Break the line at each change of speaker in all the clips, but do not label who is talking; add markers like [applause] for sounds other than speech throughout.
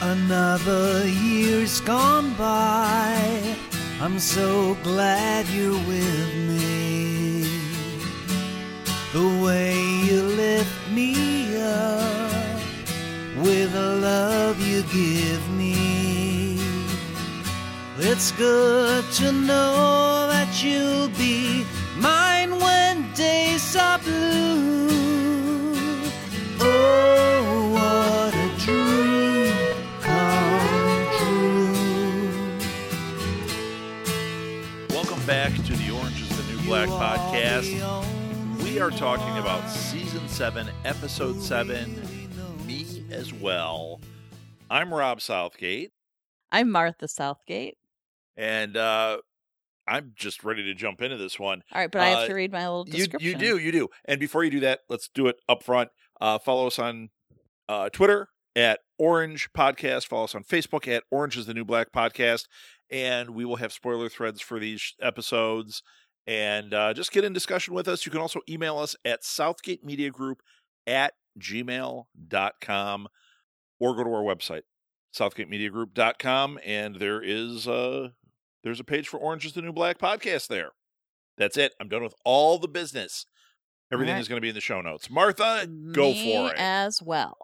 Another year's gone by. I'm so glad you're with me. The way you lift me up with the love you give me. It's good to know that you'll be mine when days are blue. Oh, what a dream come true.
Welcome back to the Orange is the New Black podcast. We are talking about season 7, episode 7, Me as Well. I'm Rob Southgate,
I'm Martha Southgate.
and uh, I'm just ready to jump into this one.
All right, but I
Uh,
have to read my little
You,
description.
you do, you do. And before you do that, let's do it up front. Uh, follow us on uh, Twitter at Orange Podcast. Follow us on Facebook at Orange is the New Black Podcast. And we will have spoiler threads for these episodes. And uh, just get in discussion with us. You can also email us at Southgate Media Group at gmail.com or go to our website, southgatemediagroup.com. And there is uh, there's a page for Orange is the New Black Podcast there. That's it. I'm done with all the business. Everything
right.
is going to be in the show notes. Martha, go
Me
for it.
as well.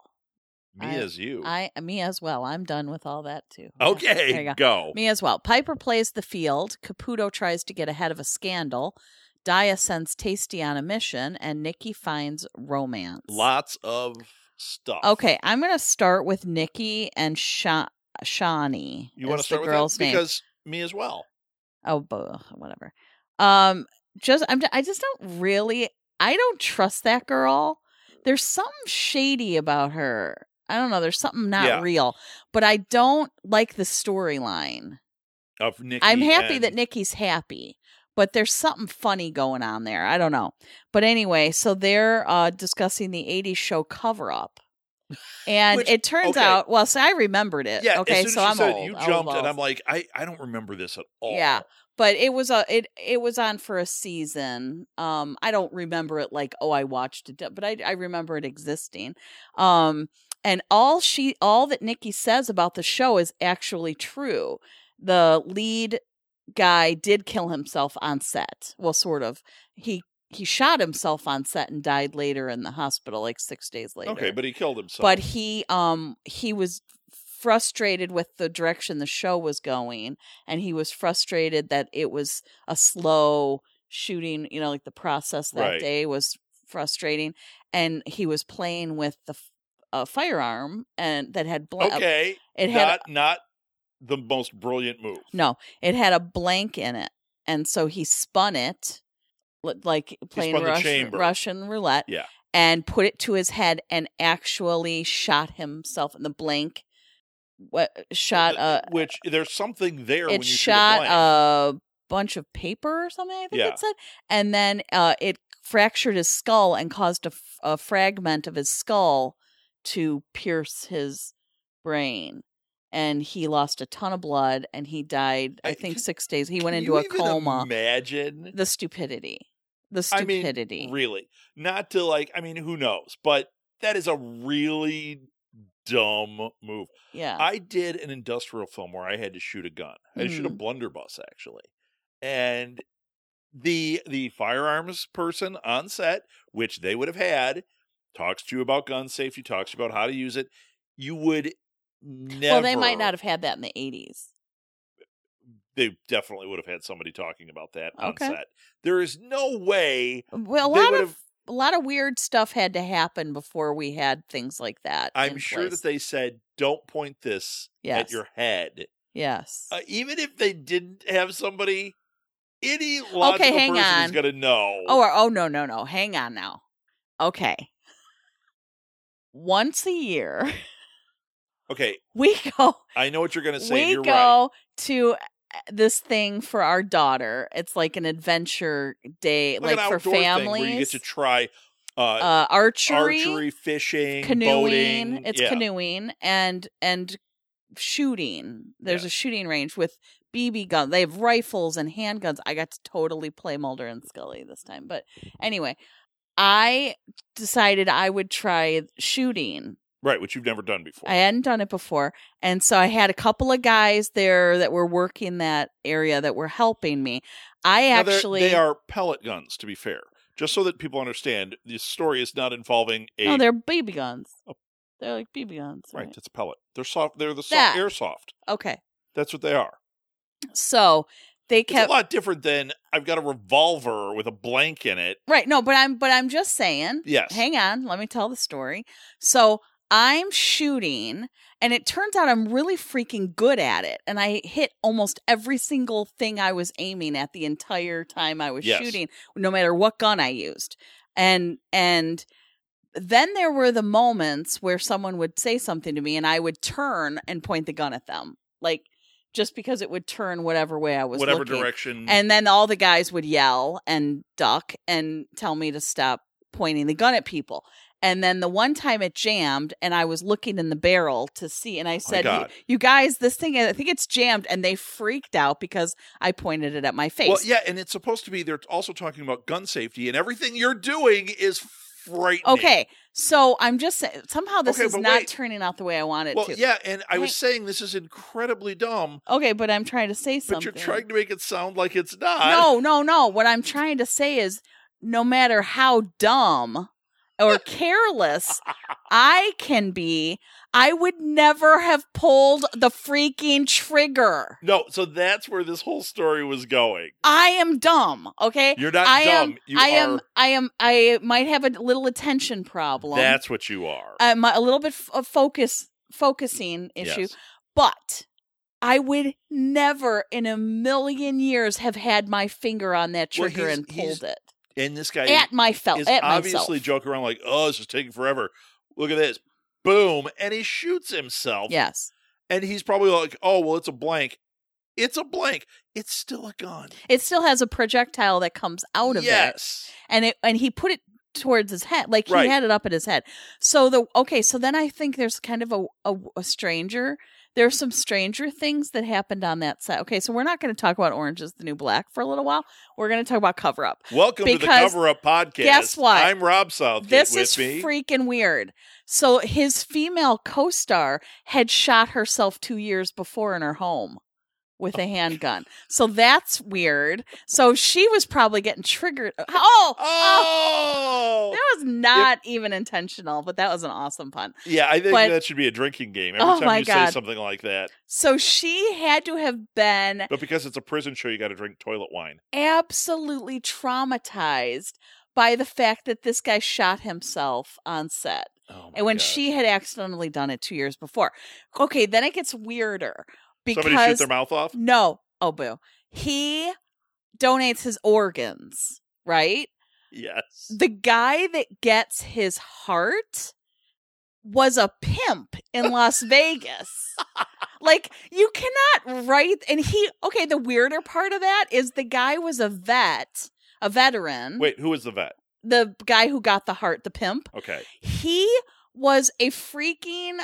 Me
I-
as you.
I me as well. I'm done with all that too. Yeah,
okay,
there you
go.
go. Me as well. Piper plays the field. Caputo tries to get ahead of a scandal. Dia sends Tasty on a mission, and Nikki finds romance.
Lots of stuff.
Okay, I'm gonna start with Nikki and Sha- Shawnee.
You want to
is
start
the
with
girl's
that?
name?
Because me as well.
oh bo- whatever um just i'm i just don't really i don't trust that girl there's something shady about her i don't know there's something not
Yeah.
real but i don't like the storyline
Of Nikki.
i'm happy
and-
that nikki's happy but there's something funny going on there i don't know but anyway so they're uh discussing the 80s show cover up and
Which-
it turns
okay.
out well so i remembered it
Yeah,
okay
as soon
so
as you
i'm
said it,
old.
you
I was
jumped, and
old.
I'm like, I, I don't remember this at all.
Yeah. but it was a it it was on for a season um i don't remember it like oh i watched it but i i remember it existing um and all she all that nikki says about the show is actually true the lead guy did kill himself on set well sort of he he shot himself on set and died later in the hospital like 6 days later
Okay, but he killed himself.
but he um he was frustrated with the direction the show was going and he was frustrated that it was a slow shooting you know like the process that
Right.
day was frustrating and he was playing with the f- a firearm and that had bl-
okay,
it had
not not the most brilliant move.
no it had a blank in it and so he spun it li- like playing
spun the
russian,
chamber.
russian roulette
Yeah.
and put it to his head and actually shot himself in the blank what shot a
Which there's something there when
uh, it
you
shot
shoot a blank.
a bunch of paper or something i think
Yeah.
it said and then uh it fractured his skull and caused a, f- a fragment of his skull to pierce his brain and he lost a ton of blood and he died i,
I-
think
can-
6 days he
Can
went into
you
a
even
coma
Imagine
the stupidity the
I mean,
stupidity
really not to like. I mean, who knows? But that is a really dumb move.
yeah
I did an industrial film where I had to shoot a gun. I had to
Mm-hmm.
shoot a blunderbuss actually, and the the firearms person on set, which they would have had, talks to you about gun safety, talks to you about how to use it. You would never.
well they might not have had that in the 80s
They definitely would have had somebody talking about that on
Okay.
set. There is no way
well a
they
lot
would
of
have-
a lot of weird stuff had to happen before we had things like that
I'm
in
sure
place.
that they said, "Don't point this at
Yes.
your head."
yes
Uh, even if they didn't have somebody, any logical
hang
person is
on.
going to know.
Oh, or- oh no, no, no. Hang on now. Okay. Once a year, [laughs]
okay.
we go
I know what you're going to say. and
we
you're right.
go to uh, this thing for our daughter. It's like an adventure day
Like,
like,
an
for
outdoor thing
families.
where you get to try uh,
uh archery,
archery, fishing,
canoeing.
boating.
It's
yeah.
canoeing and and shooting. There's
Yeah.
a shooting range with BB guns. They have rifles and handguns. I got to totally play Mulder and Scully this time. But anyway, I decided I would try shooting
Right, which you've never done before.
I hadn't done it before. And so I had a couple of guys there that were working that area that were helping me. I
Now, they're-
actually
they are pellet guns. To be fair, just so that people understand, this story is not involving a
No, they're BB guns.
Oh.
They're like BB guns.
right.
Right.
That's a pellet. They're soft. They're the soft
That.
airsoft.
Okay.
That's what they are.
So they
It's
kept
a lot different than I've got a revolver with a blank in it.
Right. No, but I'm but I'm just saying.
Yes.
Hang on, let me tell the story. So I'm shooting, and it turns out I'm really freaking good at it. And I hit almost every single thing I was aiming at the entire time I was
Yes.
shooting, no matter what gun I used. And and then there were the moments where someone would say something to me and I would turn and point the gun at them. Like just because it would turn whatever way I was
whatever
looking.
direction.
And then all the guys would yell and duck and tell me to stop pointing the gun at people. And then the one time it jammed, and I was looking in the barrel to see, and I said, "You-
Oh God.
"You guys, this thing, I think it's jammed." And they freaked out because I pointed it at my face.
well, yeah, and it's supposed to be. They're also talking about gun safety, and everything you're doing is frightening.
Okay, so I'm just sa- somehow this
Okay,
is
but
not
wait.
turning out the way I want it
Well,
to.
yeah, and I was
Hey.
saying this is incredibly dumb,
Okay, but I'm trying to say
but
something.
you're trying to make it sound like it's not.
No, no, no. What I'm trying to say is no matter how dumb or careless I can be, I would never have pulled the freaking trigger.
No, so that's where this whole story was going.
I am dumb, okay?
You're not
I
dumb.
am
you
I
are.
am I am I might have a little attention problem.
That's what you are.
I'm a little bit f- of focus focusing issue,
Yes.
but I would never in a million years have had my finger on that
Well,
trigger
he's-
and
he's-
pulled it.
And this guy
at my fel-
is
at
obviously
myself.
joking around like, "Oh, this is taking forever. Look at this." Boom, and he shoots himself.
yes,
And he's probably like, "Oh, well, it's a blank. It's a blank. It's still a gun."
it still has a projectile that comes out of it,
yes.
and it and he put it towards his head, like
Right.
he had it up at his head. So the okay, so then I think there's kind of a a, a stranger. There's some stranger things that happened on that set. Okay, so we're not going to talk about Orange is the New Black for a little while. We're going to talk about Cover Up.
Welcome to the
Because
Cover Up Podcast.
guess what?
I'm Rob Southgate
This
with
is
me.
freaking weird. So his female co-star had shot herself 2 years before in her home with a handgun. So that's weird. So she was probably getting triggered. Oh, oh,
Oh,
that was not even intentional, but that was an awesome pun.
yeah. I think
But-
that should be a drinking game. Every
Oh
time
my
you say
God.
something like that,
So she had to have been
but because it's a prison show, you got to drink toilet wine.
absolutely traumatized by the fact that this guy shot himself on set.
Oh my
and when
God.
she had accidentally done it two years before. Okay, then it gets weirder
somebody shoot
because
their mouth off,
no, oh boo, he donates his organs. Right,
yes.
the guy that gets his heart was a pimp in Las Vegas. Like you cannot write, and he okay. The weirder part of that is the guy was a vet, a veteran.
Wait, who was the vet?
the guy who got the heart, the pimp
Okay,
he was a freaking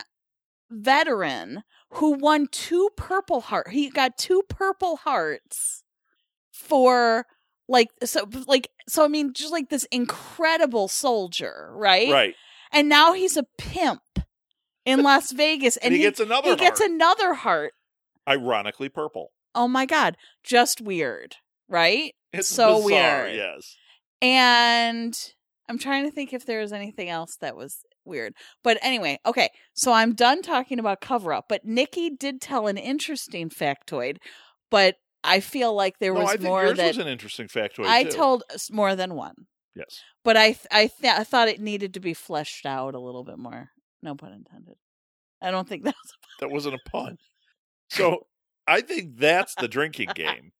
veteran who won two purple heart he got two purple hearts for like so like so i mean just like this incredible soldier right
right.
and now he's a pimp in las vegas
[laughs] And,
and
he, gets another.
he gets
heart.
another heart
ironically purple.
oh my god just weird right
It's
So
bizarre,
weird.
Yes.
And I'm trying to think if there was anything else that was weird. But anyway, okay. So I'm done talking about cover up, but Nikki did tell an interesting factoid, but I feel like there
no,
was
I think
more
yours
that
was an interesting factoid.
I
too.
told s- more than one.
Yes.
But I th- I, th- I thought it needed to be fleshed out a little bit more. No pun intended. I don't think [laughs] that was
That wasn't a pun. So I think that's the drinking game.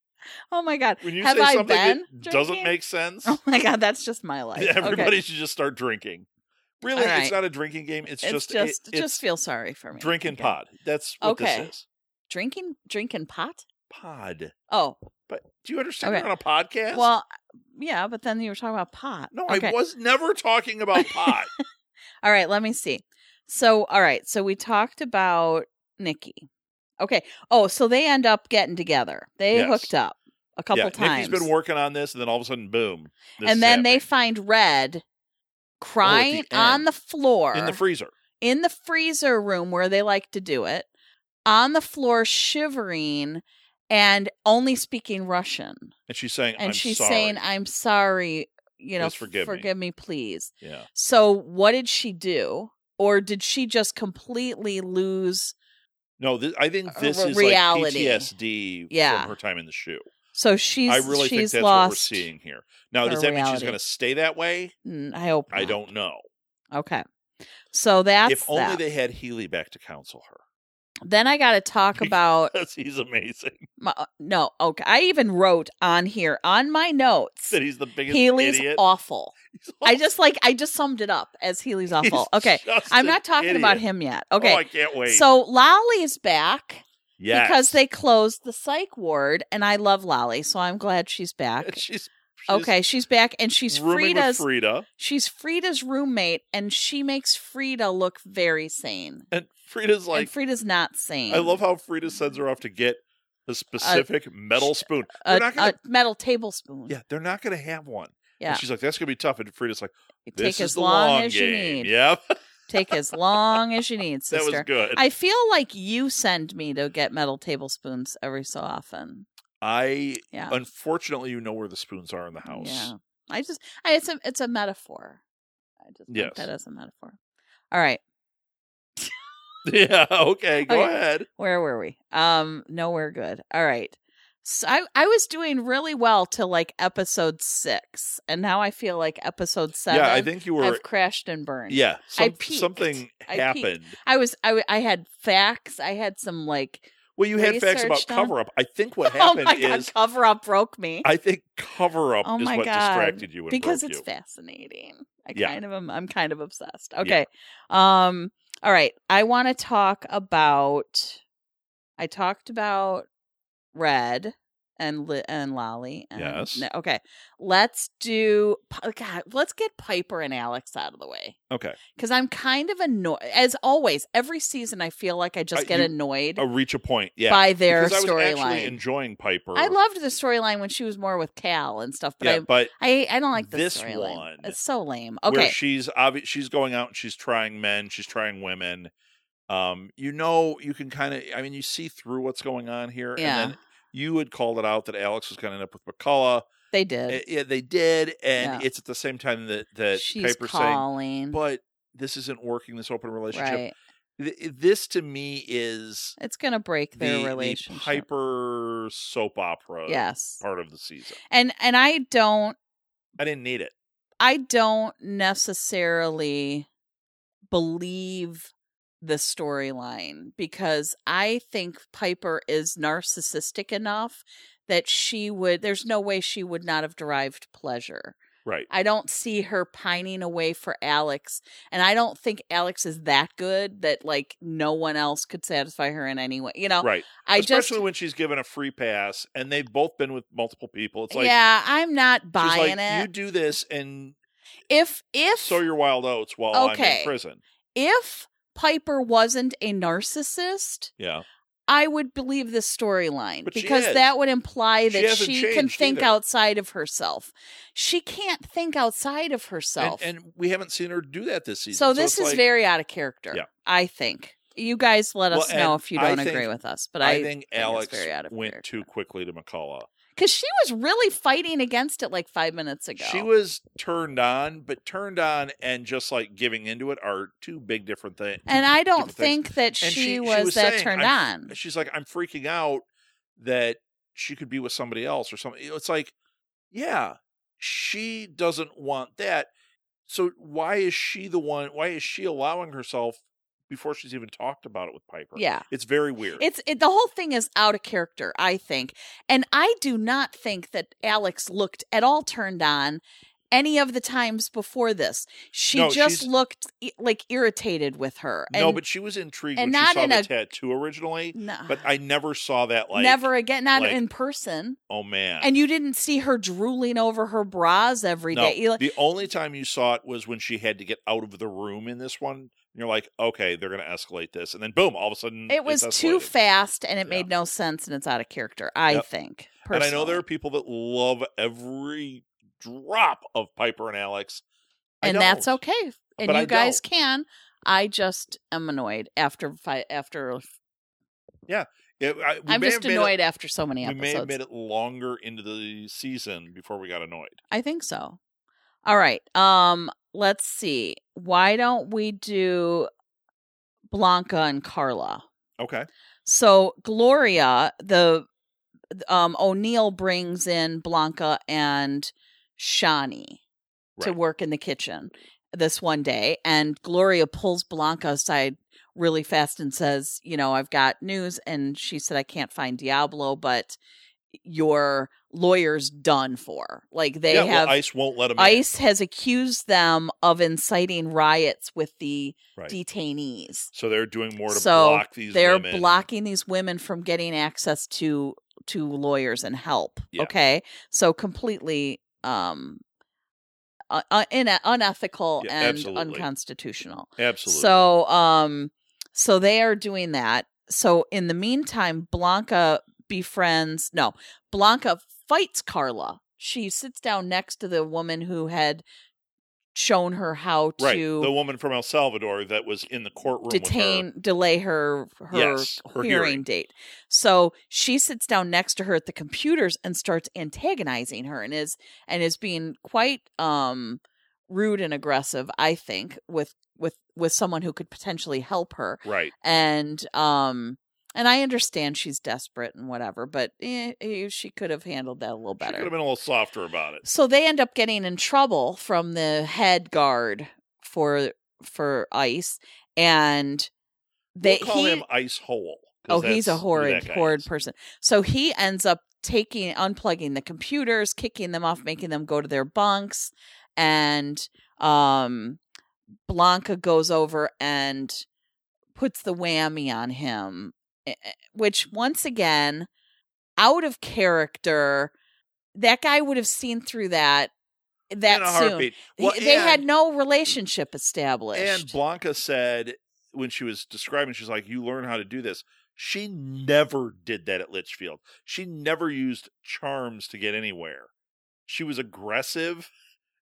Oh my god.
When you
Have
say
I
something that
been
doesn't
drinking?
make sense, [laughs]
Oh my god, that's just my life.
everybody
okay.
should just start drinking. Really,
All
it's
right.
not a drinking game. It's,
It's
just
just
it-
just,
it's
feel sorry for me.
drink and
Okay.
pod. That's what
Okay.
this is.
Drinking drinking pot?
Pod.
Oh,
But do you understand
Okay.
we're on a podcast?
Well, yeah, but then you were talking about pot.
no,
okay.
I was never talking
[laughs]
about pot.
All right, let me see. So, all right, so we talked about Nikki. Okay. Oh, so they end up getting together. They
Yes.
hooked up a couple
yeah,
times,
Nikki's been working on this, and then all of a sudden, boom! this
and
is
then they
happening.
find Red crying
end.
on the floor
in the freezer.
in the freezer room where they like to do it, on the floor shivering and only speaking Russian.
And she's saying,
And
I'm
she's
sorry.
saying, I'm sorry, you know,
Please forgive me."
forgive me, please.
yeah.
So what did she do? Or did she just completely lose?
No, this, I think
Uh,
this is
reality.
like PTSD
Yeah.
from her time in the shoe.
So she's
I really think
she's
that's what
lost.
we're seeing here. Now, does
her
that mean she's
reality.
going to stay that way?
Mm, I hope.
I
not.
don't know.
Okay. So that's
if only
that.
they had Healy back to counsel her. [laughs]
then I got to talk about
Because he's amazing.
my, uh, no. Okay, I even wrote on here on my notes.
That he's the biggest
Healy's
idiot.
awful.
[laughs] He's
I just like I just summed it up as Healy's
awful.
awful.
[laughs] He's
okay,
just
I'm
an
not talking about
idiot.
him yet.
Oh,
Okay,
I can't wait.
so Lolly's back
yes.
because they closed the psych ward, and I love Lolly, so I'm glad she's
[laughs]
back.
she's, she's
Okay, she's back and she's
rooming
Frida's
with Frida,
she's Frida's roommate and she makes Frida look very sane.
and Frida's like,
and Frida's not sane.
I love how Frida sends her off to get a specific metal
sh-
spoon. They're
a,
not gonna,
a metal tablespoon.
yeah, they're not going to have one.
Yeah.
And she's like, that's going to be tough. And Frida's like,
You
this
Take
is
as
the
long,
long
as
game.
you need.
Yep, [laughs]
Take as long as you need,
that was
sister.
good. I,
I feel like you send me to get metal tablespoons every so often. Yeah.
unfortunately, you know where the spoons are in the house.
Yeah. I just I it's a it's a metaphor. I just think
Yes.
that as a metaphor. All right.
[laughs] Yeah, okay, go
Okay.
ahead.
where were we um nowhere good all right so I, I was doing really well till like episode six and now i feel like episode seven
yeah, I think you were.
have crashed and burned
yeah,
I
some-
peaked.
something
I
happened.
i was I, w- I had facts i had some like
Well, you had facts about
Research done.
cover up. I think what
[laughs] oh
happened
my god
is
cover up broke me
I think cover up
Oh
is
my
what
God,
distracted you and
because
broke
it's
you.
fascinating i
Yeah.
kind of am i'm kind of obsessed
Yeah.
okay um all right i want to talk about i talked about red and Li- and lolly and,
Yes.
no, okay let's do P- oh, god let's get piper and alex out of the way
okay,
because i'm kind of annoyed as always every season i feel like i just
Uh,
get
you-
annoyed
I reach a point. Yeah,
by their
Because I was actually
storyline
enjoying Piper.
i loved the storyline when she was more with cal and stuff but
yeah,
i
but
I I don't like
This
this, storyline.
one,
It's so lame.
where
Okay,
she's obvi- she's going out and she's trying men, she's trying women. Um, you know, you can kind of, I mean, you see through what's going on here.
Yeah.
And then you had called it out that Alex was going to end up with McCullough.
they did.
Uh, yeah, they did, and
Yeah.
it's at the same time that that
She's
Piper's
calling.
saying, but this isn't working. This open relationship.
Mm-hmm. right.
Th- this to me is
It's gonna break their
the, the
relationship.
Piper soap opera.
yes,
Part of the season.
and and I don't
I didn't need it.
I don't necessarily believe the storyline because I think Piper is narcissistic enough that she would. There's no way she would not have derived pleasure.
Right.
I don't see her pining away for Alex, and I don't think Alex is that good that like no one else could satisfy her in any way. You know,
Right.
I
Especially
just
when she's given a free pass and they've both been with multiple people. It's like
yeah, I'm not
she's
buying
like,
it.
you do this and
if if
sow your wild oats while I'm in
Okay.
prison.
if Piper wasn't a narcissist,
Yeah.
I would believe this storyline
But she
because
is.
that would imply
She
that
hasn't
she, can
changed
think
either.
outside of herself. She can't think outside of
And,
herself.
and we haven't seen her do that this season.
So this
it's
is
like,
very out of character.
Yeah.
I think. You guys let
Well,
us know
and
if you
I
don't
think-
agree with us, but
I,
I,
think
it's
Alex
very out of
went
character.
too quickly to McCullough.
because she was really fighting against it like five minutes ago.
She was turned on, but turned on and just like giving into it are two big different things.
and I don't
different things.
think that she,
And she- she
was,
was
that
saying,
turned
I'm-
on.
She's like, I'm freaking out that she could be with somebody else or something. It's like, yeah, she doesn't want that. So why is she the one? Why is she allowing herself before she's even talked about it with Piper?
Yeah.
It's very weird.
It's it, the whole thing is out of character, I think, and I do not think that Alex looked at all turned on any of the times before this. She
No,
just
she's-
looked i- like irritated with her. And
no, but she was intrigued
and
when she
not
saw
in
the
a-
tattoo originally,
Nah. [sighs]
but I never saw that like
never again, not
like-
in person.
Oh man.
And you didn't see her drooling over her bras every
no, Mm,
day. You like-
the only time you saw it was when she had to get out of the room in this one. And you're like, okay, they're going to escalate this, and then boom, all of a sudden,
It was
it's
too
escalated.
fast and it
Yeah.
made no sense and it's out of character, I
Yep.
think.
And
Personally.
I know there are people that love every drop of Piper and Alex, I
And that's
don't.
okay. And
But I
you guys can. I just am annoyed after fi- after
It- I- we
I'm
may have made
just
it-
annoyed after so many
We may have
episodes.
made it longer into the season before we got annoyed.
I think so. All right. Um let's see. Why don't we do Blanca and Carla?
Okay.
So Gloria, the um O'Neill brings in Blanca and Shani to
Right.
work in the kitchen this one day and Gloria pulls Blanca aside really fast and says, "You know, I've got news." And she said, "I can't find Diablo, but your lawyer's done for. Like they
yeah, well,
have
ICE won't let him in.
ICE has accused them of inciting riots with the
Right.
detainees.
So they're doing more to
So
block these
They're
women.
blocking these women from getting access to to lawyers and help.
Yeah.
Okay, so completely um, uh, uh, in unethical
Yeah,
and
absolutely.
unconstitutional.
Absolutely.
So um so they are doing that. So in the meantime, Blanca befriends no, Blanca fights Carla. She sits down next to the woman who had shown her how
right.
to
The woman from El Salvador that was in the courtroom
detain
with
delay her her,
Yes, her
hearing,
hearing.
date. So she sits down next to her at the computers and starts antagonizing her and is and is being quite um rude and aggressive, I think, with with with someone who could potentially help her
her. Right.
and um and I understand she's desperate and whatever, but eh, eh, she could have handled that a little
She could
better.
have been a little softer about it.
So they end up getting in trouble from the head guard for for ICE, and they
we'll call
he,
him Ice Hole. 'cause
oh he's a
that's who
horrid
that guy
horrid
is.
person. So he ends up taking unplugging the computers, kicking them off, making them go to their bunks, and um Blanca goes over and puts the whammy on him, eh, eh, which once again, out of character. That guy would have seen through that eh, that
in a
soon.
heartbeat.
He-
Well,
they had
and-
no relationship established.
And Blanca said when she was describing, she's like, "You learn how to do this." She never did that at Litchfield. She never used charms to get anywhere. She was aggressive. [laughs]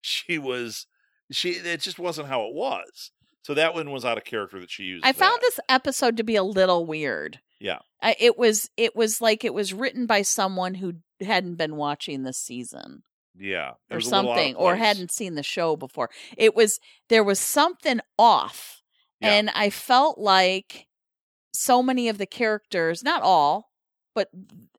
She was she. It just wasn't how it was. So that one was out of character that she used.
I
for
found
that.
this episode to be a little weird.
Yeah.
I, it was it was like it was written by someone who hadn't been watching this season
yeah, it
or
was a little out of
something or
place.
hadn't seen the show before. It was there was something off
Yeah.
and I felt like so many of the characters, not all, but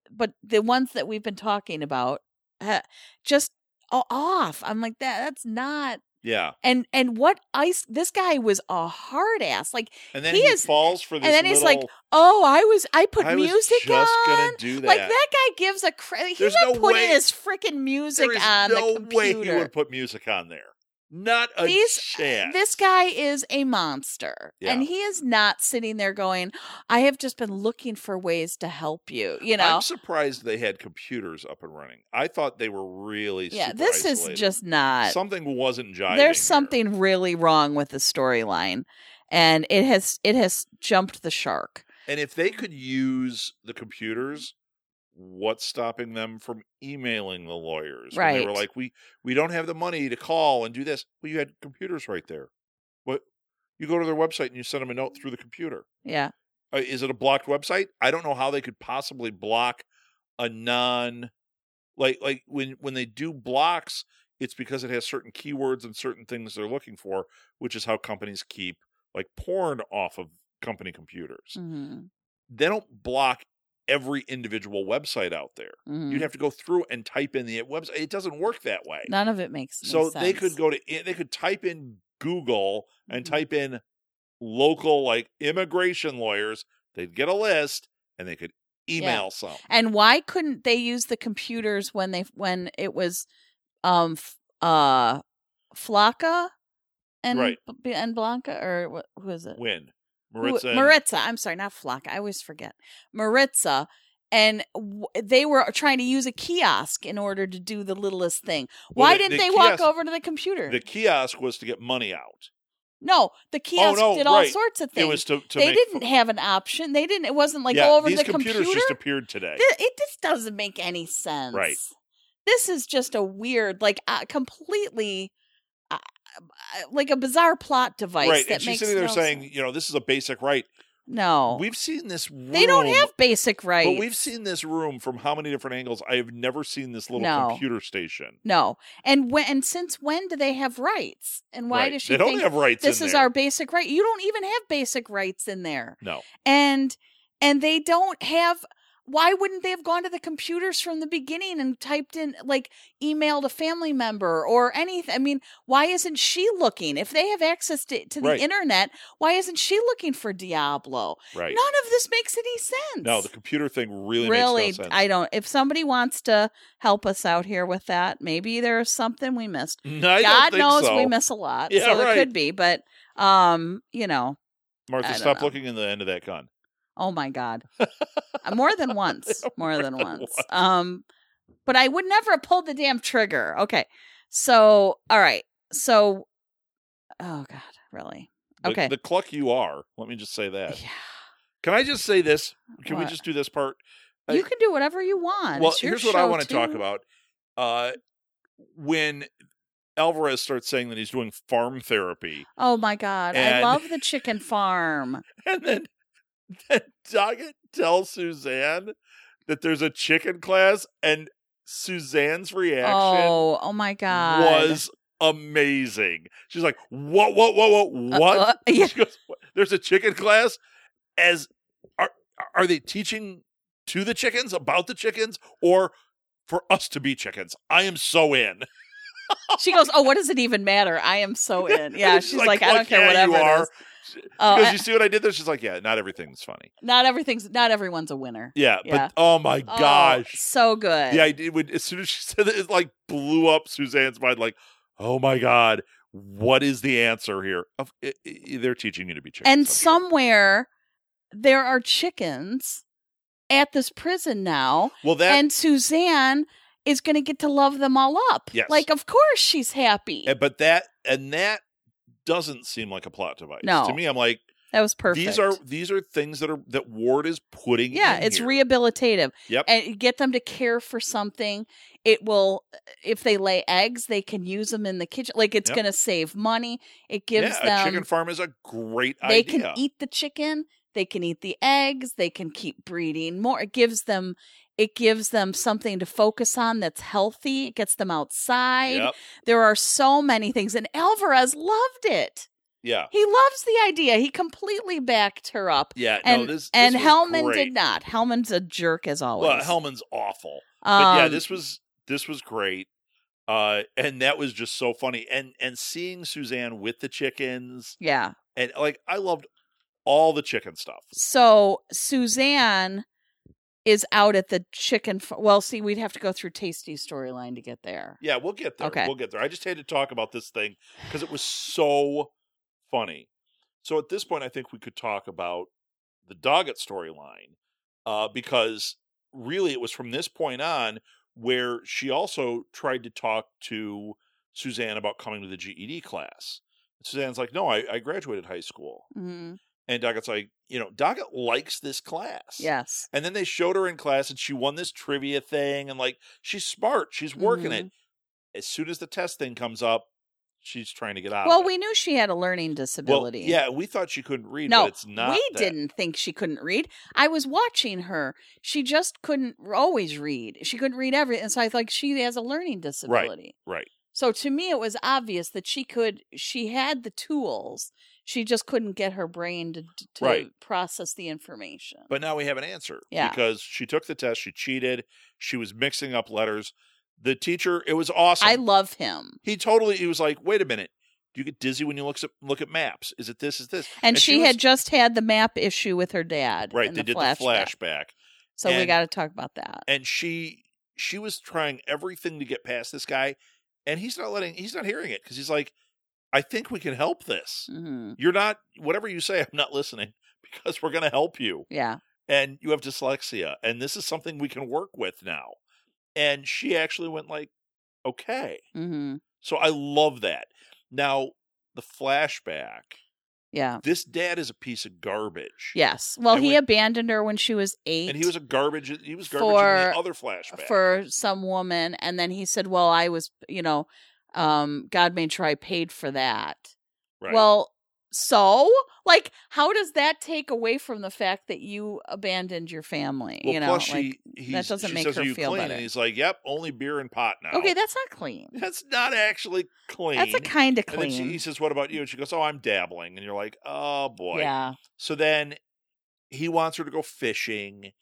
but the ones that we've been talking about ha, just o- off. I'm like that that's not
Yeah,
and and what ice this guy was a hard ass. Like
and then
He
he,
is-
falls for this.
then he's like,
little,
Oh, I was. I put
I was
music
just
on.
gonna do that.
Like that guy gives a cra- he's
There's
not
no
putting
way-
his freaking music
There is
on
no
the
way
computer.
he would put music on there. Not a
These-
chance.
This guy is a monster, and
Yeah.
he is not sitting there going, "I have just been looking for ways to help you." You know,
I'm surprised they had computers up and running. I thought they were really
yeah.
super
This
isolated.
is just not.
something wasn't jiving. here.
There's something really wrong with the storyline, and it has it has jumped the shark.
and if they could use the computers, what's stopping them from emailing the lawyers? When they were
Right.
like, "We we don't have the money to call and do this." Well, you had computers right there. What you go to their website and you send them a note through the computer.
Yeah,
Uh, is it a blocked website? I don't know how they could possibly block a non like like when when they do blocks, it's because it has certain keywords and certain things they're looking for, which is how companies keep like porn off of company computers.
Mhm.
They don't block every individual website out there.
Mhm.
You'd have to go through and type in the website. It doesn't work that way.
none of it makes any
so they could
sense.
go to eh, they could type in Google and
Mhm.
type in local like immigration lawyers, they'd get a list and they could email some.
And why couldn't they use the computers when they when it was um f- uh Flocka and
Right.
B- and Blanca or what who is it?
Win.
Who-
Maritza. and-
Maritza, I'm sorry, not Flocka. I always forget. Maritza and w- they were trying to use a kiosk in order to do the littlest thing.
Well,
why
the-
didn't
the
they walk
kiosk-
over to the computer?
The kiosk was to get money out.
no, the kiosk
no,
did all
right.
sorts of
It
things.
was to, to
they
make
didn't
fo-
have an option. They didn't. It wasn't like
yeah,
go over to
these
the
computers
computer.
just appeared today.
Thi- it just doesn't make any sense. This is just a weird, like, uh, completely uh, like a bizarre plot device
right.
that
And she's
makes
sitting there
no
saying,
sense.
you know, this is a basic right.
no
We've seen this room.
they don't have basic rights
But we've seen this room from how many different angles? I have never seen this little
No.
computer station.
no and when and since when do they have rights and why
Right.
does she
They don't
think
have rights.
this
in
is
there.
our basic right you don't even have basic rights in there
no.
and and they don't have why wouldn't they have gone to the computers from the beginning and typed in like emailed a family member or anything i mean why isn't she looking if they have access to, to the
Right.
internet why isn't she looking for diablo
Right.
none of this makes any sense
No, the computer thing really,
really
makes no sense.
i don't if somebody wants to help us out here with that maybe there's something we missed
No, [laughs] I don't
god
think
knows
so.
we miss a lot
Yeah,
so
right.
it could be but um you know I
Martha,
don't
stop
know.
looking in the end of that gun.
Oh my
[laughs]
god. Uh, More than once. More than
than
once.
once.
Um but I would never have pulled the damn trigger. Okay. So, all right. So Oh god, really.
The-
Okay.
The cluck you are. Let me just say
Yeah. [laughs]
that. Can I just say this? Can
What?
we just do this part? I-
You can do whatever you want.
Well,
It's your
here's what I
show,
want to talk
too.
about. Uh, when Alvarez starts saying that he's doing farm therapy, [laughs]
Oh my god. I
And-
love the
[laughs]
chicken farm.
and then, then Doggett tells Suzanne that there's a chicken class, and Suzanne's reaction
Oh, oh my god.
was amazing. She's like, "What? What? What? What?
Uh,
What?"
uh, [laughs] yeah.
She goes, "What? "There's a chicken class." As are are they teaching to the chickens about the chickens or for us to be chickens? I am so in. [laughs]
She goes, "Oh, what does it even matter? I am so in."
[laughs]
Yeah,
It's
she's like, "I don't
"Look,
care
yeah,
whatever
you
it
are.
is." Oh,
Because
I-
you see what I did there? She's like, yeah, not everything's funny.
not everything's not everyone's a winner.
Yeah,
Yeah.
but oh my
Oh,
gosh,
so good.
the idea would as soon as she [laughs] said it, it like blew up Suzanne's mind. Like, oh my god, what is the answer here? Of, i i- they're teaching you to be chickens. I'm
and
sure.
somewhere there are chickens at this prison now
well that
and suzanne is going to get to love them all up
Yes.
like of course she's happy
and- eh, but that and that doesn't seem like a plot device.
No.
to me, I'm like
that was perfect
these are these are things that are that Ward is putting.
yeah
in
it's
here.
rehabilitative
Yep.
and get them to care for something it will if they lay eggs they can use them in the kitchen like it's
Yep.
going to save money it
Yeah,
gives
a
them
chicken farm is a great
they
idea.
can eat the chicken they can eat the eggs they can keep breeding more it gives them it gives them something to focus on that's healthy it gets them outside
Yep.
there are so many things and alvarez loved it
Yeah,
he loves the idea he completely backed her up
yeah. no,
And-
this
and
this was
hellman
great.
did not hellman's a jerk as always
Well, Hellman's awful. but yeah
Um,
this was this was great uh and that was just so funny and and seeing suzanne with the chickens
yeah
and like i loved all the chicken stuff
so suzanne is out at the chicken f- well see we'd have to go through tasty's storyline to get there
yeah we'll get there
Okay.
we'll get there i just had to talk about this thing because it was so funny so at this point i think we could talk about the doggett storyline uh because really it was from this point on where she also tried to talk to Suzanne about coming to the GED class. Suzanne's like, no, I, I graduated high school.
hmm
And Dockett's like, you know, Doggett likes this class.
yes
And then they showed her in class and she won this trivia thing. And like, she's smart. She's working it.
Mm-hmm.
As soon as the test thing comes up, she's trying to get out.
Well,
of it.
we knew she had a learning
well,
disability.
yeah, we thought she couldn't read,
No,
but it's not.
we
that.
didn't think she couldn't read. I was watching her. She just couldn't r- always read. She couldn't read everything. So I was like, she has a learning disability.
right.
So to me, it was obvious that she could, she had the tools. She just couldn't get her brain to, to
Right.
process the information.
But now we have an answer.
Yeah.
Because she took the test, she cheated, she was mixing up letters. The teacher, it was awesome.
I love him.
he totally he was like, wait a minute. Do you get dizzy when you look at look at maps? Is it this? Is this?
And,
And she
she, had
was-
just had the map issue with her dad.
Right.
in
They
the
did
flashback.
the flashback.
So we
and-
got to talk about that.
and she she was trying everything to get past this guy and he's not letting he's not hearing it because he's like i think we can help this
hmm
you're not whatever you say i'm not listening [laughs] because we're going to help you
Yeah.
and you have dyslexia and this is something we can work with now and she actually went like okay
hmm
so i love that now the flashback
Yeah.
this dad is a piece of garbage
Yes. Well,
And
he
we-
abandoned her when she was eight.
and he was a garbage he was garbage in
For-
the other flashback
for some woman, and then he said, "Well, I was, you know, um God made sure I paid for that.
Right.
Well, so like how does that take away from the fact that you abandoned your family?
Well,
you know,
plus
like
she, he's,
doesn't
she
make
says,
her
"Are you
feel
clean?"
better.
And he's like, "Yep, only beer and pot now."
okay, that's not clean.
[laughs] that's not actually clean.
That's a kind of
And then she,
clean.
he says, "What about you?" And she goes, "Oh, I'm dabbling." And you're like, "Oh boy."
yeah,
So then he wants her to go fishing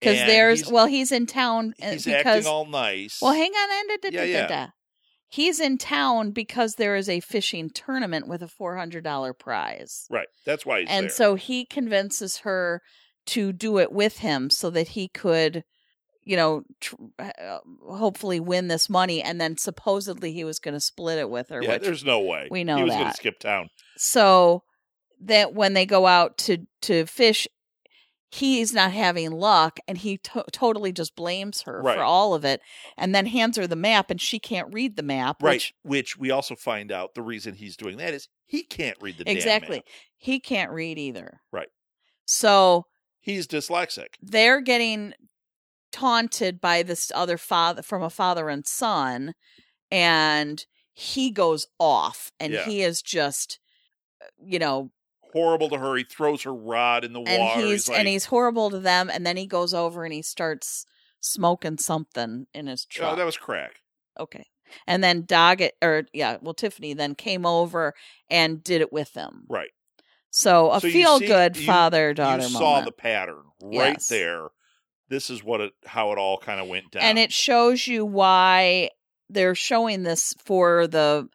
because
and
there's
he's,
well, he's in town uh,
he's
because
acting all nice.
well, hang on, da, da,
Yeah,
da,
yeah.
da, da. he's in town because there is a fishing tournament with a four hundred dollar prize.
right. That's why he's
and
there.
so he convinces her to do it with him so that he could you know tr- uh, hopefully win this money and then supposedly he was going to split it with her
yeah,
which,
there's no way
we know
he was gonna
that.
skip town.
so that when they go out to to fish he's not having luck and he to- totally just blames her
Right.
for all of it and then hands her the map and she can't read the map
Right.
which
Which, we also find out the reason he's doing that is he can't read the damn
exactly
map.
he can't read either
Right.
so
He's dyslexic.
they're getting taunted by this other father from a father and son and he goes off and
Yeah.
he is just uh, you know
Horrible to her. He throws her rod in the
and
water.
he's,
like,
and he's horrible to them and then he goes over and he starts smoking something in his
"Oh,
truck
that was crack."
okay and then doggett or yeah well tiffany then came over and did it with them
Right.
so a
So you see-
feel good
you-
father daughter
you
moment
saw the pattern right
Yes.
there. This is what it how it all kind of went down.
and it shows you why they're showing this for the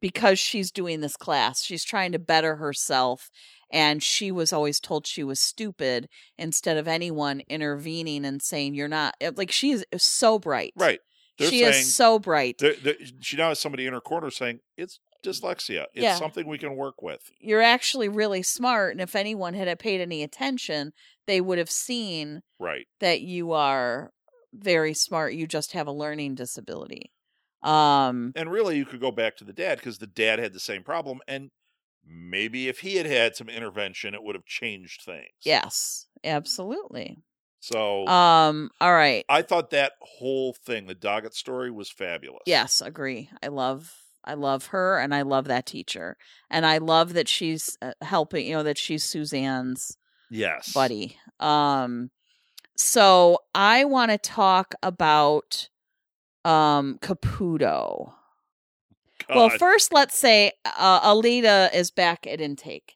because she's doing this class she's trying to better herself and she was always told she was stupid instead of anyone intervening and saying you're not it- like she is eh, so bright
right. They're
she
saying
is so bright
they're- they're- she now has somebody in her corner saying it's dyslexia. It's
Yeah.
something we can work with.
you're actually really smart and if anyone had eh, paid any attention they would have seen
Right.
that you are very smart you just have a learning disability um
And really, you could go back to the dad because the dad had the same problem. And maybe if he had had some intervention, it would have changed things.
yes absolutely
So
Um. All right.
I thought that whole thing, the Doggett story, was fabulous.
Yes, agree. I love. I love her, and I love that teacher, and I love that she's uh, helping. You know that she's Suzanne's
Yes.
buddy. Um. So I want to talk about um Caputo.
God,
Well, first, let's say uh, Alita is back at intake.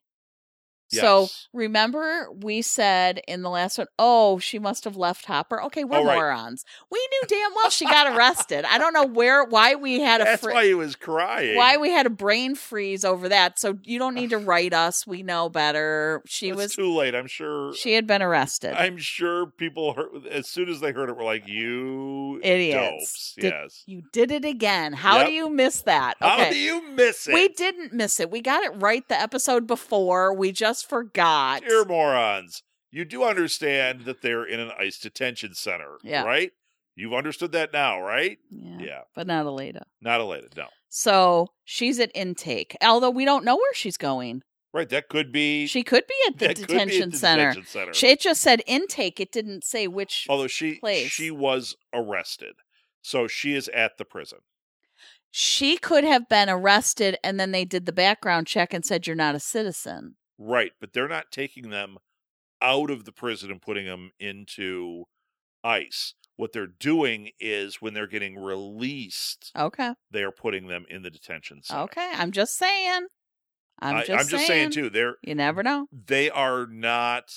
So
yes.
remember, we said in the last one, oh, she must have left Hopper. Okay, we're
Oh, right.
morons. We
[laughs]
knew damn well she got arrested. I don't know where, why we had a
That's
fr-
why he was crying.
why we had a brain freeze over that. So you don't
[sighs]
need to write us. We know better. She
It's
was,
too late. I'm sure.
she had been arrested.
I'm sure people heard, as soon as they heard it were like, "You
Idiots.
Dopes.
Did-
yes.
you did it again. How
Yep.
do you miss that?
How do you miss it?
we didn't miss it. We got it right the episode before. We just forgot.
Dear morons, you do understand that they're in an ICE detention center,
Yeah.
right? You've understood that now, right?
Yeah,
Yeah.
but not Alita.
Not elated, no.
So she's at intake, although we don't know where she's going.
Right. That could be [laughs]
She could be at the
that could be a
detention center.
detention center. Oh.
She, it just said intake. It didn't say which.
Although she
place.
she was arrested. So she is at the prison.
She could have been arrested, and then they did the background check and said you're not a citizen.
Right, but they're not taking them out of the prison and putting them into ICE. What they're doing is when they're getting released,
Okay.
they are putting them in the detention center.
Okay. I'm just saying. I'm
I-
just,
I'm just saying
saying
too, they're
You never know.
they are not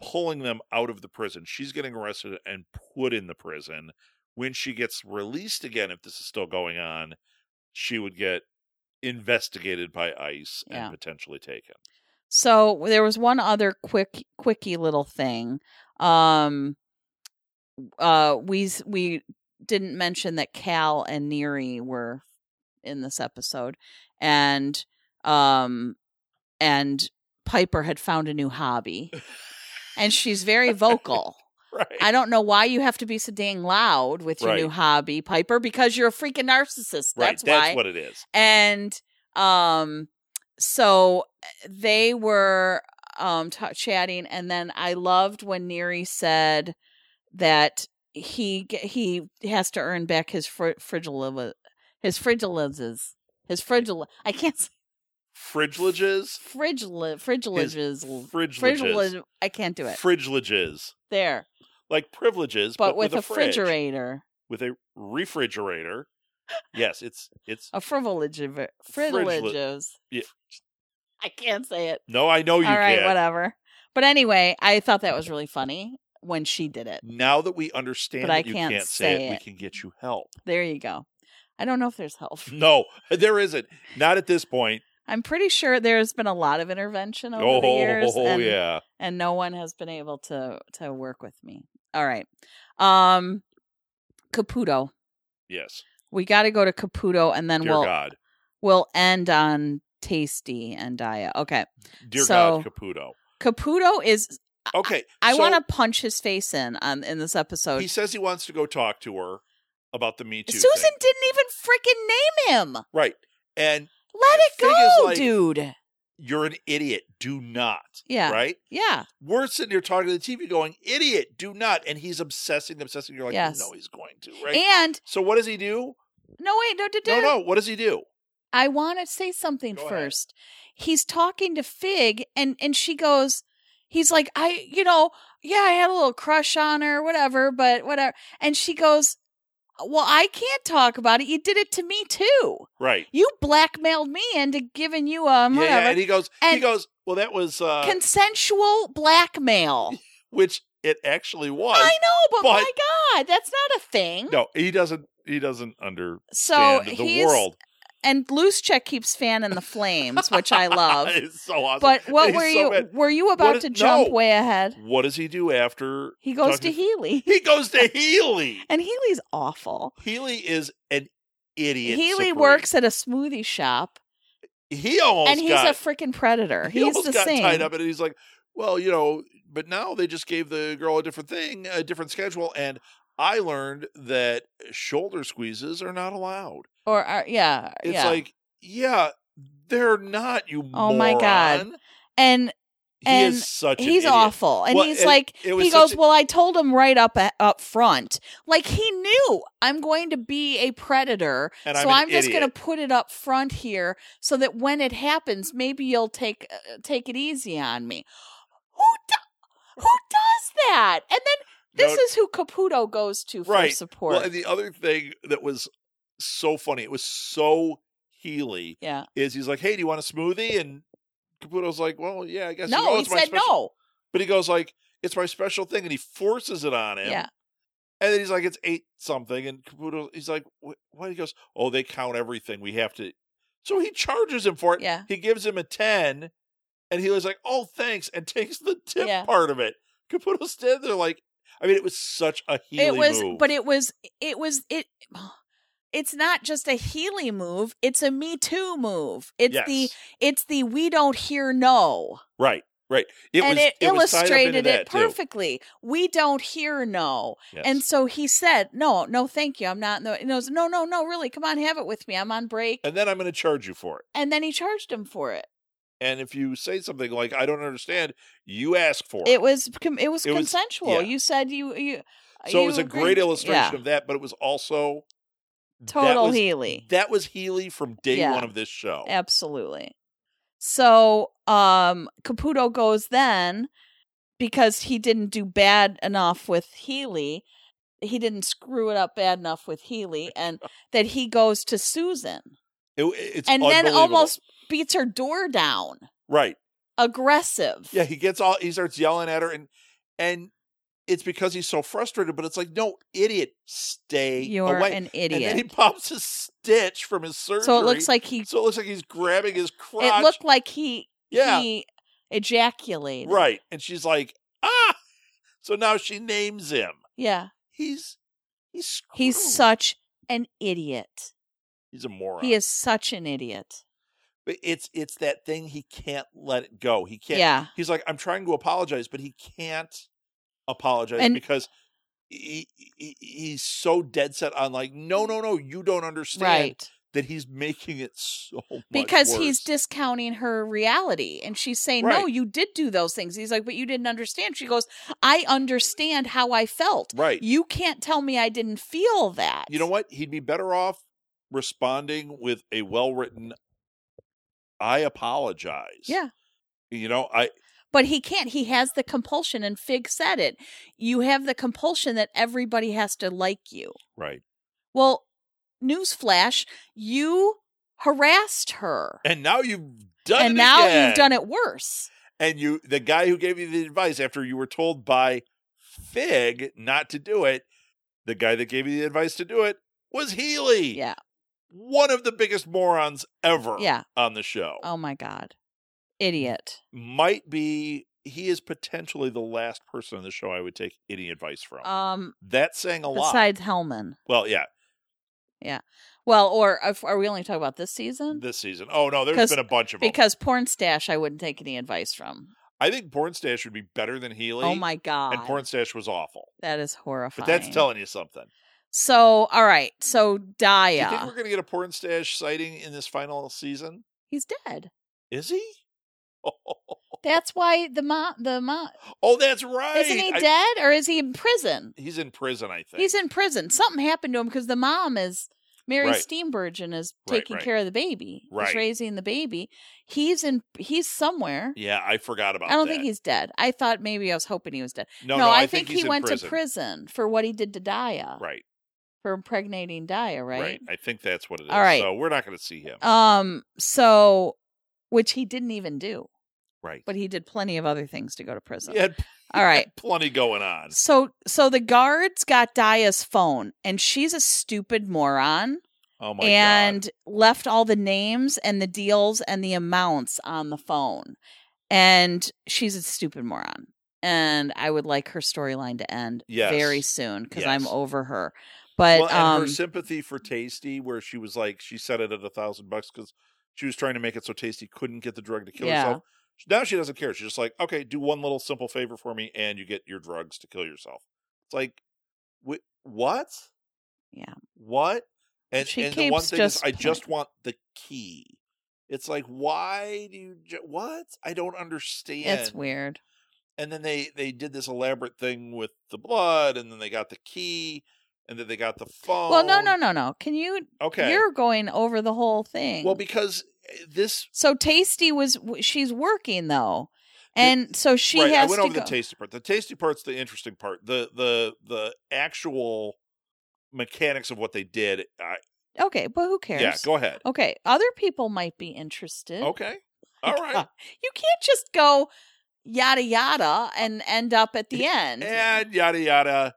pulling them out of the prison. She's getting arrested and put in the prison. When she gets released again, if this is still going on, she would get investigated by ICE
Yeah.
and potentially taken. [laughs]
So there was one other quick, quickie little thing. Um, uh, we s- we didn't mention that Cal and Neri were in this episode, and um, and Piper had found a new hobby, and she's very vocal.
Right.
I don't know why you have to be so dang loud with your new
Right.
hobby, Piper, because you're a freaking narcissist.
right.
That's
That's,
why
what it is.
and um so they were um t- chatting and then i loved when neri said that he g- he has to earn back his fr- fragil His frigilises. His frigil. I can't. say
Fridgelages.
Frigil. Frigiliges.
Fridgelages.
Frigil. I can't do it.
Fridgelages.
There.
Like privileges,
But with a
fridge.
refrigerator.
With a refrigerator. Yes, it's it's
A frivoliger. Frivoliges.
Yeah.
I can't say it.
no, I know [laughs] you
All right,
can't.
whatever. But anyway, I thought that was really funny when she did it.
Now that we understand
But
that
I
you
can't
can't say
say
it, we
it.
can get you help.
There you go. I don't know if there's help.
No, [laughs] there isn't. Not at this point.
I'm pretty sure there's been a lot of intervention over the years,
oh [laughs]
and,
yeah.
and no one has been able to to work with me. All right, um, Caputo.
Yes.
We got to go to Caputo, and then
Dear
we'll
God.
we'll end on Tasty and Dia. Okay,
Dear
so-
God Caputo.
Caputo is.
Okay.
I
so
want to punch his face in on in this episode.
He says he wants to go talk to her about the Me Too.
Susan
thing.
didn't even freaking name him.
Right. And
Let it
thing is,
go,
like-
dude.
you're an idiot. Do not.
Yeah.
Right?
Yeah.
We're sitting here talking to the TV going, idiot, do not. And he's obsessing, obsessing. You're like,
Yes.
no, he's going to. Right.
And
so what does he do?
no, wait, no,
No,
no,
no. What does he do?
I want to say something
Go ahead.
first. He's talking to Fig, and and she goes, he's like, I, you know, yeah, I had a little crush on her, whatever, but whatever. And she goes, well, I can't talk about it. You did it to me too.
Right.
You blackmailed me into giving you um
yeah, yeah.
whatever
And he goes, he
And-
goes, well, that was, uh,
consensual
[laughs]
blackmail.
which it actually was.
I know, but,
but-
my God, that's not a thing.
No, he doesn't, he doesn't understand
so
the
he's
world.
and loose check keeps fanning the flames, which
[laughs]
I love.
it's so awesome.
But what
He's
were
so
you
bad.
were you about
is-
to jump
no.
way ahead?
What does he do after
He goes
Talking- [laughs]
to Healy.
he goes
[laughs]
to Healy?
And Healy's awful.
Healy is an idiot.
Healy
Sabrina.
works at a smoothie shop
He almost
and he's
got,
a freaking
[laughs]
predator.
he
He's
almost
the
got
same.
tied up, and he's like, "Well, you know, but now they just gave the girl a different thing, a different schedule, and I learned that shoulder squeezes are not allowed.
Or uh, yeah,
It's
yeah.
like, yeah, they're not. You
Oh my God.
moron.
and
he
And
is such an
he's
idiot.
awful. And
Well,
he's
and
like
it was
he
such
goes,
a-
"Well, I told him right up up front. Like he knew I'm going to be a predator.
And
so
an
I'm, just
idiot.
going to put it up front here so that when it happens, maybe you'll take uh, take it easy on me." Who do- who does that? And then this
No,
is who Caputo goes to for
Right.
support.
well, and the other thing that was so funny, it was so Healy.
yeah.
is he's like, "Hey, do you want a smoothie?" And Caputo's like, "Well, yeah, I guess."
No,
oh,
he
it's my
said
special-"
no.
But he goes like, "It's my special thing," and he forces it on him.
Yeah.
And then he's like, "It's eight something," and Caputo, he's like, "Wh- "What?" He goes, "Oh, they count everything. We have to." So he charges him for it.
Yeah.
He gives him a ten, and he was like, "Oh, thanks," and [laughs] takes the tip
Yeah.
part of it. Caputo standing there like, I mean, it was such a Healy
it was
move.
but it was it was it it's not just a Healy move, it's a Me Too move. It's
yes.
the it's the we don't hear no.
right, right. It
and
was
it,
was tied up into
illustrated
that,
it
too.
perfectly. We don't hear no.
Yes.
And so he said, "No, no, thank you. I'm not." No, no, no, no, no. Really, come on, have it with me. I'm on break.
and then I'm going to charge you for it.
And then he charged him for it.
And if you say something like "I don't understand," you ask for it.
It was com- it was
It was-
consensual.
yeah.
You said you you.
so it was
you
a
agreed.
great illustration
Yeah.
of that, but it was also that
total
was,
Healy.
That was Healy from day
Yeah.
one of this show.
Absolutely. So um Caputo goes then because he didn't do bad enough with Healy. He didn't screw it up bad enough
[laughs]
with Healy, and that he goes to Susan
It- it's
and then
unbelievable.
almost beats her door down.
right.
Aggressive.
Yeah, he gets all he starts yelling at her, and and it's because he's so frustrated. But it's like, no, idiot, stay
You're
away.
an
And then he
idiot.
pops a stitch from his surgery,
So it looks like he.
so it looks like he's grabbing his crotch.
It looked like he.
yeah,
He ejaculated.
right. And she's like, ah. So now she names him.
Yeah.
He's he's screwed.
He's such an idiot.
he's a moron.
He is such an idiot.
But it's it's that thing he can't let it go. He can't.
Yeah.
He's like I'm trying to apologize, but he can't apologize
And-
because he, he he's so dead set on like no no no you don't understand
Right.
that he's making it so [laughs] much
Because he's
worse.
discounting her reality. And she's saying, No,
Right.
you did do those things. He's like, But you didn't understand. She goes, I understand how I felt.
right.
You can't tell me I didn't feel that.
You know what? He'd be better off responding with a well written, I apologize.
Yeah.
You know, I,
But he can't. He has the compulsion, and Fig said it. You have the compulsion that everybody has to like you.
right.
Well, newsflash, you harassed her.
And now you've done
and
it.
now you've
again.
done it worse.
And you, the guy who gave you the advice after you were told by Fig not to do it, the guy that gave you the advice to do it was Healy.
Yeah.
One of the biggest morons ever
Yeah.
on the show.
Oh my God. Idiot.
Might be, he is potentially the last person on the show I would take any advice from.
Um,
That's saying a lot.
besides Hellman.
Well, yeah,
Well, or if, are we only talking about this season?
this season. Oh no, there's
'Cause-
been a bunch of them.
Because Porn Stash, I wouldn't take any advice from.
I think Pornstash would be better than Healy.
Oh my God.
And Pornstash was awful,
that is
but
horrifying.
that's telling you something.
So, all right. So,
Do you think
Daya.
we're going to get a Pornstash sighting in this final season?
He's dead.
Is he? [laughs] Oh,
That's why the mom, the mom,
that's right.
isn't he
I-
dead or is he in prison?
he's in prison, I think.
He's in prison. Something happened to him because the mom is Mary
Right.
Steenburgen is
Right,
taking
right.
care of the baby. He's
Right.
raising the baby. He's in he's somewhere.
yeah, I forgot about.
I don't
that.
think he's dead. I thought maybe I was hoping he was dead.
No, no, I,
think,
he's
he
in
went
prison.
to prison for what he did to Daya.
Right,
For impregnating Daya,
right,
right?
I think that's what it is.
All right.
So we're not going to see him.
Um so which he didn't even do,
right.
but he did plenty of other things to go to prison.
He had [laughs]
All right.
plenty going on.
So so the guards got Daya's phone and she's a stupid moron.
Oh my
and
god.
left all the names and the deals and the amounts on the phone. And she's a stupid moron. And I would like her storyline to end
Yes.
very soon because I'm
Yes.
over her. But
well, and
um,
her sympathy for Tasty, where she was like, she set it at a thousand bucks because she was trying to make it so Tasty couldn't get the drug to kill
Yeah.
herself. Now she doesn't care. She's just like, okay, do one little simple favor for me, and you get your drugs to kill yourself. It's like, wh- what?
Yeah.
What? And,
She
and the one
keeps
thing is,
just
I
pla-
just want the key. It's like, why do you? Ju- what? I don't understand
it's weird.
and then they they did this elaborate thing with the blood and then they got the key and then they got the phone
Well, no, no, no, no. Can you?
Oh. okay
You're going over the whole thing.
well because eh, this
so Tasty was w- she's working though, and so she
right,
has
i went
to
over
go.
the tasty part the tasty part's the interesting part the the the actual mechanics of what they did I,
okay, but who cares?
yeah go
[laughs]
Oh. ahead
okay, other people might be interested.
okay all right
you can't just go yada yada and end up at the end.
and yada yada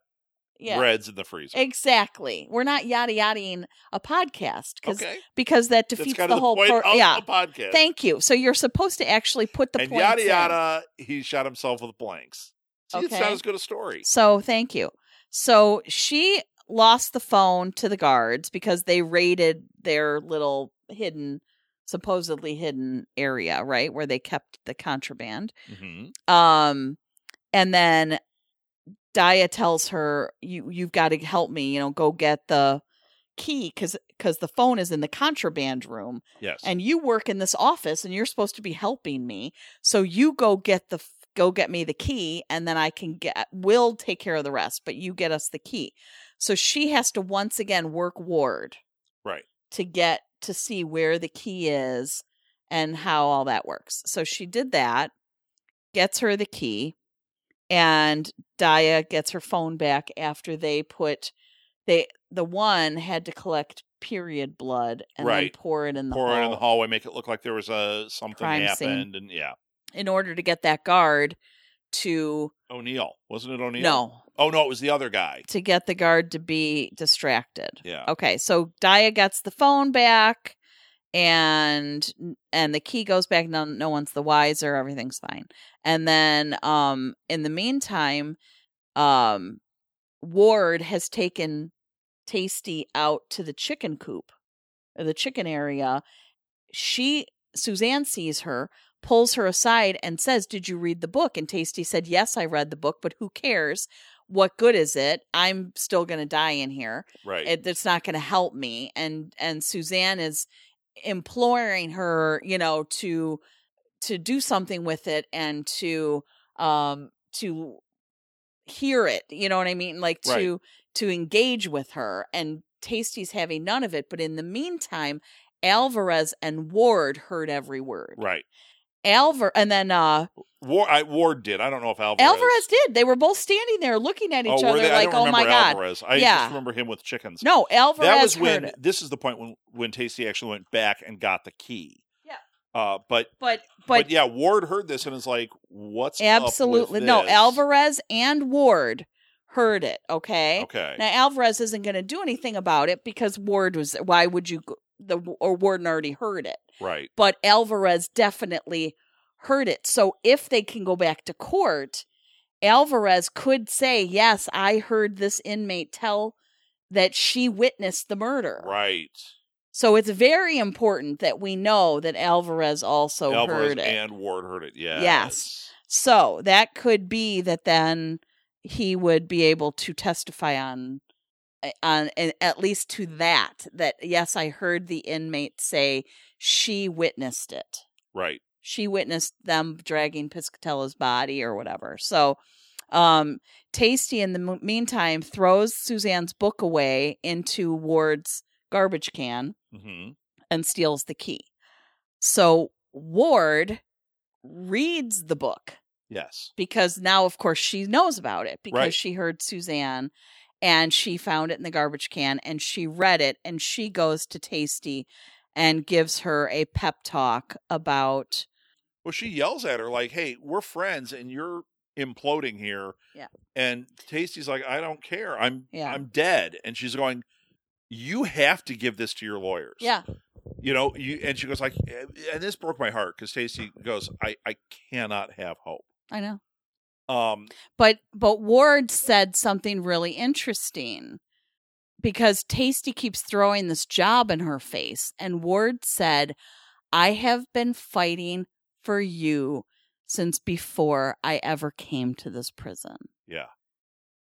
yeah.
breads in the freezer
Exactly. We're not yada yadaing a podcast because
okay
because that
that's
defeats
kind
the
of the
whole
point
por-
of
yeah.
the podcast
Thank you. So you're supposed to actually put the
and
points
yada
in.
yada he shot himself with blanks See, it's not
Okay.
as good a story
So thank you. So she lost the phone to the guards because they raided their little hidden supposedly hidden area, right, where they kept the contraband.
mm-hmm.
um and then Daya tells her you you've got to help me you know go get the key cuz cuz the phone is in the contraband room
yes
and you work in this office and you're supposed to be helping me so you go get the f- go get me the key and then I can get we'll take care of the rest but you get us the key so she has to once again work ward
Right.
to get to see where the key is and how all that works so she did that gets her the key and Daya gets her phone back after they put they the one had to collect period blood and
Right.
then pour it in the
pour it in the
hall
hallway, make it look like there was a something
Crime scene.
happened, and yeah,
in order to get that guard to
O'Neill wasn't it O'Neill?
no
Oh no, it was the other guy.
to get the guard to be distracted.
Yeah.
Okay, so Daya gets the phone back and and the key goes back no, no one's the wiser everything's fine and then um in the meantime um ward has taken tasty out to the chicken coop or the chicken area she suzanne sees her pulls her aside and says did you read the book and tasty said yes i read the book but who cares what good is it i'm still going to die in here
Right.
it, it's not going to help me and and suzanne is imploring her you know to to do something with it and to um to hear it you know what i mean like
Right.
to to engage with her and Tasty's having none of it. But in the meantime, Alvarez and Ward heard every word.
Right.
Alvar and then uh
War I Ward did. I don't know if Alvarez.
Alvarez did. They were both standing there looking at
Oh,
each
were
other
they? I
like,
don't
"Oh
remember
my god."
Alvarez. I
Yeah.
just remember him with chickens.
No, Alvarez
that was
heard
when
it.
this is the point when when Tasty actually went back and got the key.
Yeah.
Uh, but,
But
but
but,
yeah, Ward heard this and is like, "What's up with
absolutely no,
this?
Alvarez and Ward heard it, okay?
Okay.
Now Alvarez isn't going to do anything about it because Ward was why would you go- the or Warden already heard it.
Right.
but Alvarez definitely heard it. So if they can go back to court, Alvarez could say, "Yes, I heard this inmate tell that she witnessed the murder."
Right.
So it's very important that we know that Alvarez also
Alvarez
heard it.
and Ward heard it. Yeah.
Yes. so that could be that then he would be able to testify on eh, on and at least to that that yes, I heard the inmate say she witnessed it
Right.
she witnessed them dragging Piscatella's body or whatever. So, um, Tasty in the m- meantime throws Suzanne's book away into Ward's garbage can
hmm
and steals the key. So Ward reads the book
Yes.
because now, of course, she knows about it because
Right.
she heard Suzanne and she found it in the garbage can and she read it and she goes to Tasty and gives her a pep talk about
Well, she yells at her like, "Hey, we're friends, and you're imploding here."
Yeah.
And Tasty's like, "I don't care. I'm
Yeah.
I'm dead." And she's going, "You have to give this to your lawyers."
Yeah.
You know, you and she goes like, "Eh, and this broke my heart because Tasty goes, "I I cannot have hope."
I know.
Um.
But but Ward said something really interesting because Tasty keeps throwing this job in her face and Ward said, "I have been fighting for you since before I ever came to this prison."
Yeah.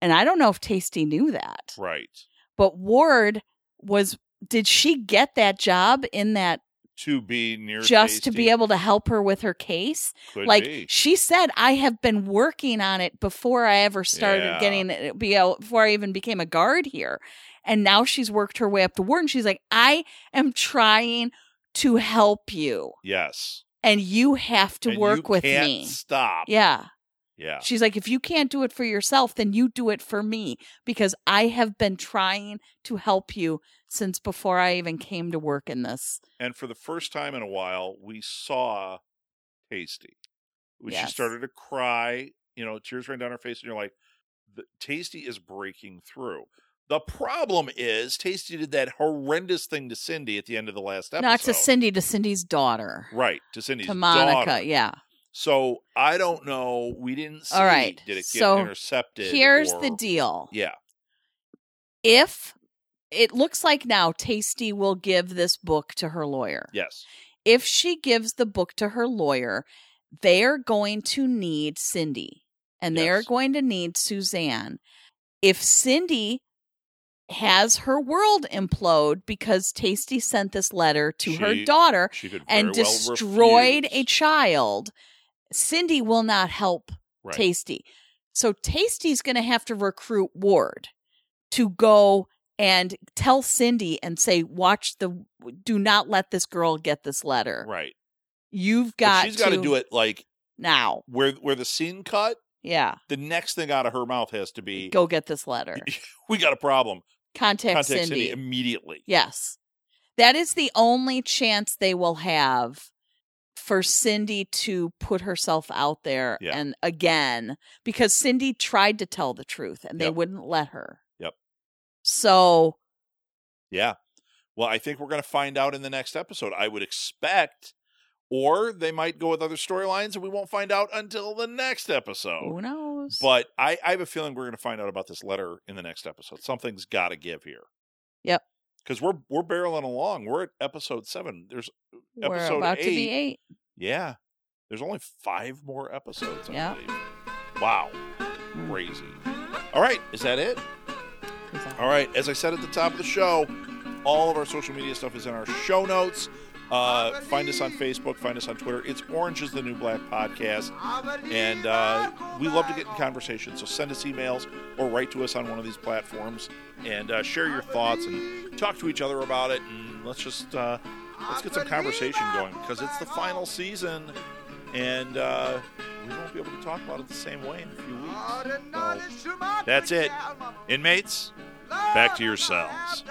And I don't know if Tasty knew that.
Right.
But Ward was did she get that job in that
To be near
just to
Tasty
be able to help her with her case?
could
like
be.
she said i have been working on it before i ever started
Yeah.
getting it uh, be out before i even became a guard here and now she's worked her way up the ward and she's like i am trying to help you
yes
and you have to
And you
work with
can't
me
Stop.
yeah
Yeah.
she's like if you can't do it for yourself then you do it for me because i have been trying to help you since before i even came to work in this
and for the first time in a while, we saw Tasty. When She
Yes.
started to cry, you know, tears ran down her face, and you're like, the, Tasty is breaking through. The problem is, Tasty did that horrendous thing to Cindy at the end of the last episode.
not to cindy to cindy's daughter
Right, to Cindy's
to monica
daughter.
yeah
So I don't know. We didn't see.
All right,
Did it get
so
intercepted?
here's the
or-
deal
Yeah.
if it looks like now Tasty will give this book to her lawyer.
Yes.
If she gives the book to her lawyer, they're going to need Cindy and they're
Yes.
going to need Suzanne. If Cindy has her world implode because Tasty sent this letter to her
She
daughter
She could very
and
well
destroyed a
refuse.
child, Cindy will not help
Right.
Tasty. So Tasty's going to have to recruit Ward to go and tell Cindy and say, "Watch the, do not let this girl get this letter.
Right.
You've
But
got
she's got to do it like
now.
where where the scene cut. [laughs]
Yeah,
the next thing out of her mouth has to be
go get this
[laughs]
letter.
we got a problem
Contact,
contact cindy,
Cindy.
immediately
Yes, that is the only chance they will have." For Cindy to put herself out there
Yeah.
and again, because Cindy tried to tell the truth and they
Yep.
wouldn't let her.
Yep.
So
yeah well i think we're going to find out in the next episode i would expect or they might go with other storylines and we won't find out until the next episode
who knows?
Oh, but I, I have a feeling we're going to find out about this letter in the next episode something's got to give here
Yep.
because we're we're barreling along we're at episode seven there's
we're
episode
about to be
eight-
eight.
yeah there's only five more episodes I
Yep. Mm.
believe. wow crazy all right is that it
Is that-
All right, as I said at the top of the show, all of our social media stuff is in our show notes. Uh, find us on Facebook. Find us on Twitter. It's Orange is the New Black podcast, and uh, we love to get in conversation. So send us emails or write to us on one of these platforms and uh, share your thoughts and talk to each other about it. And let's just uh, let's get some conversation going because it's the final season, and uh, we won't be able to talk about it the same way in a few weeks. So, that's it, inmates.
Back to yourselves.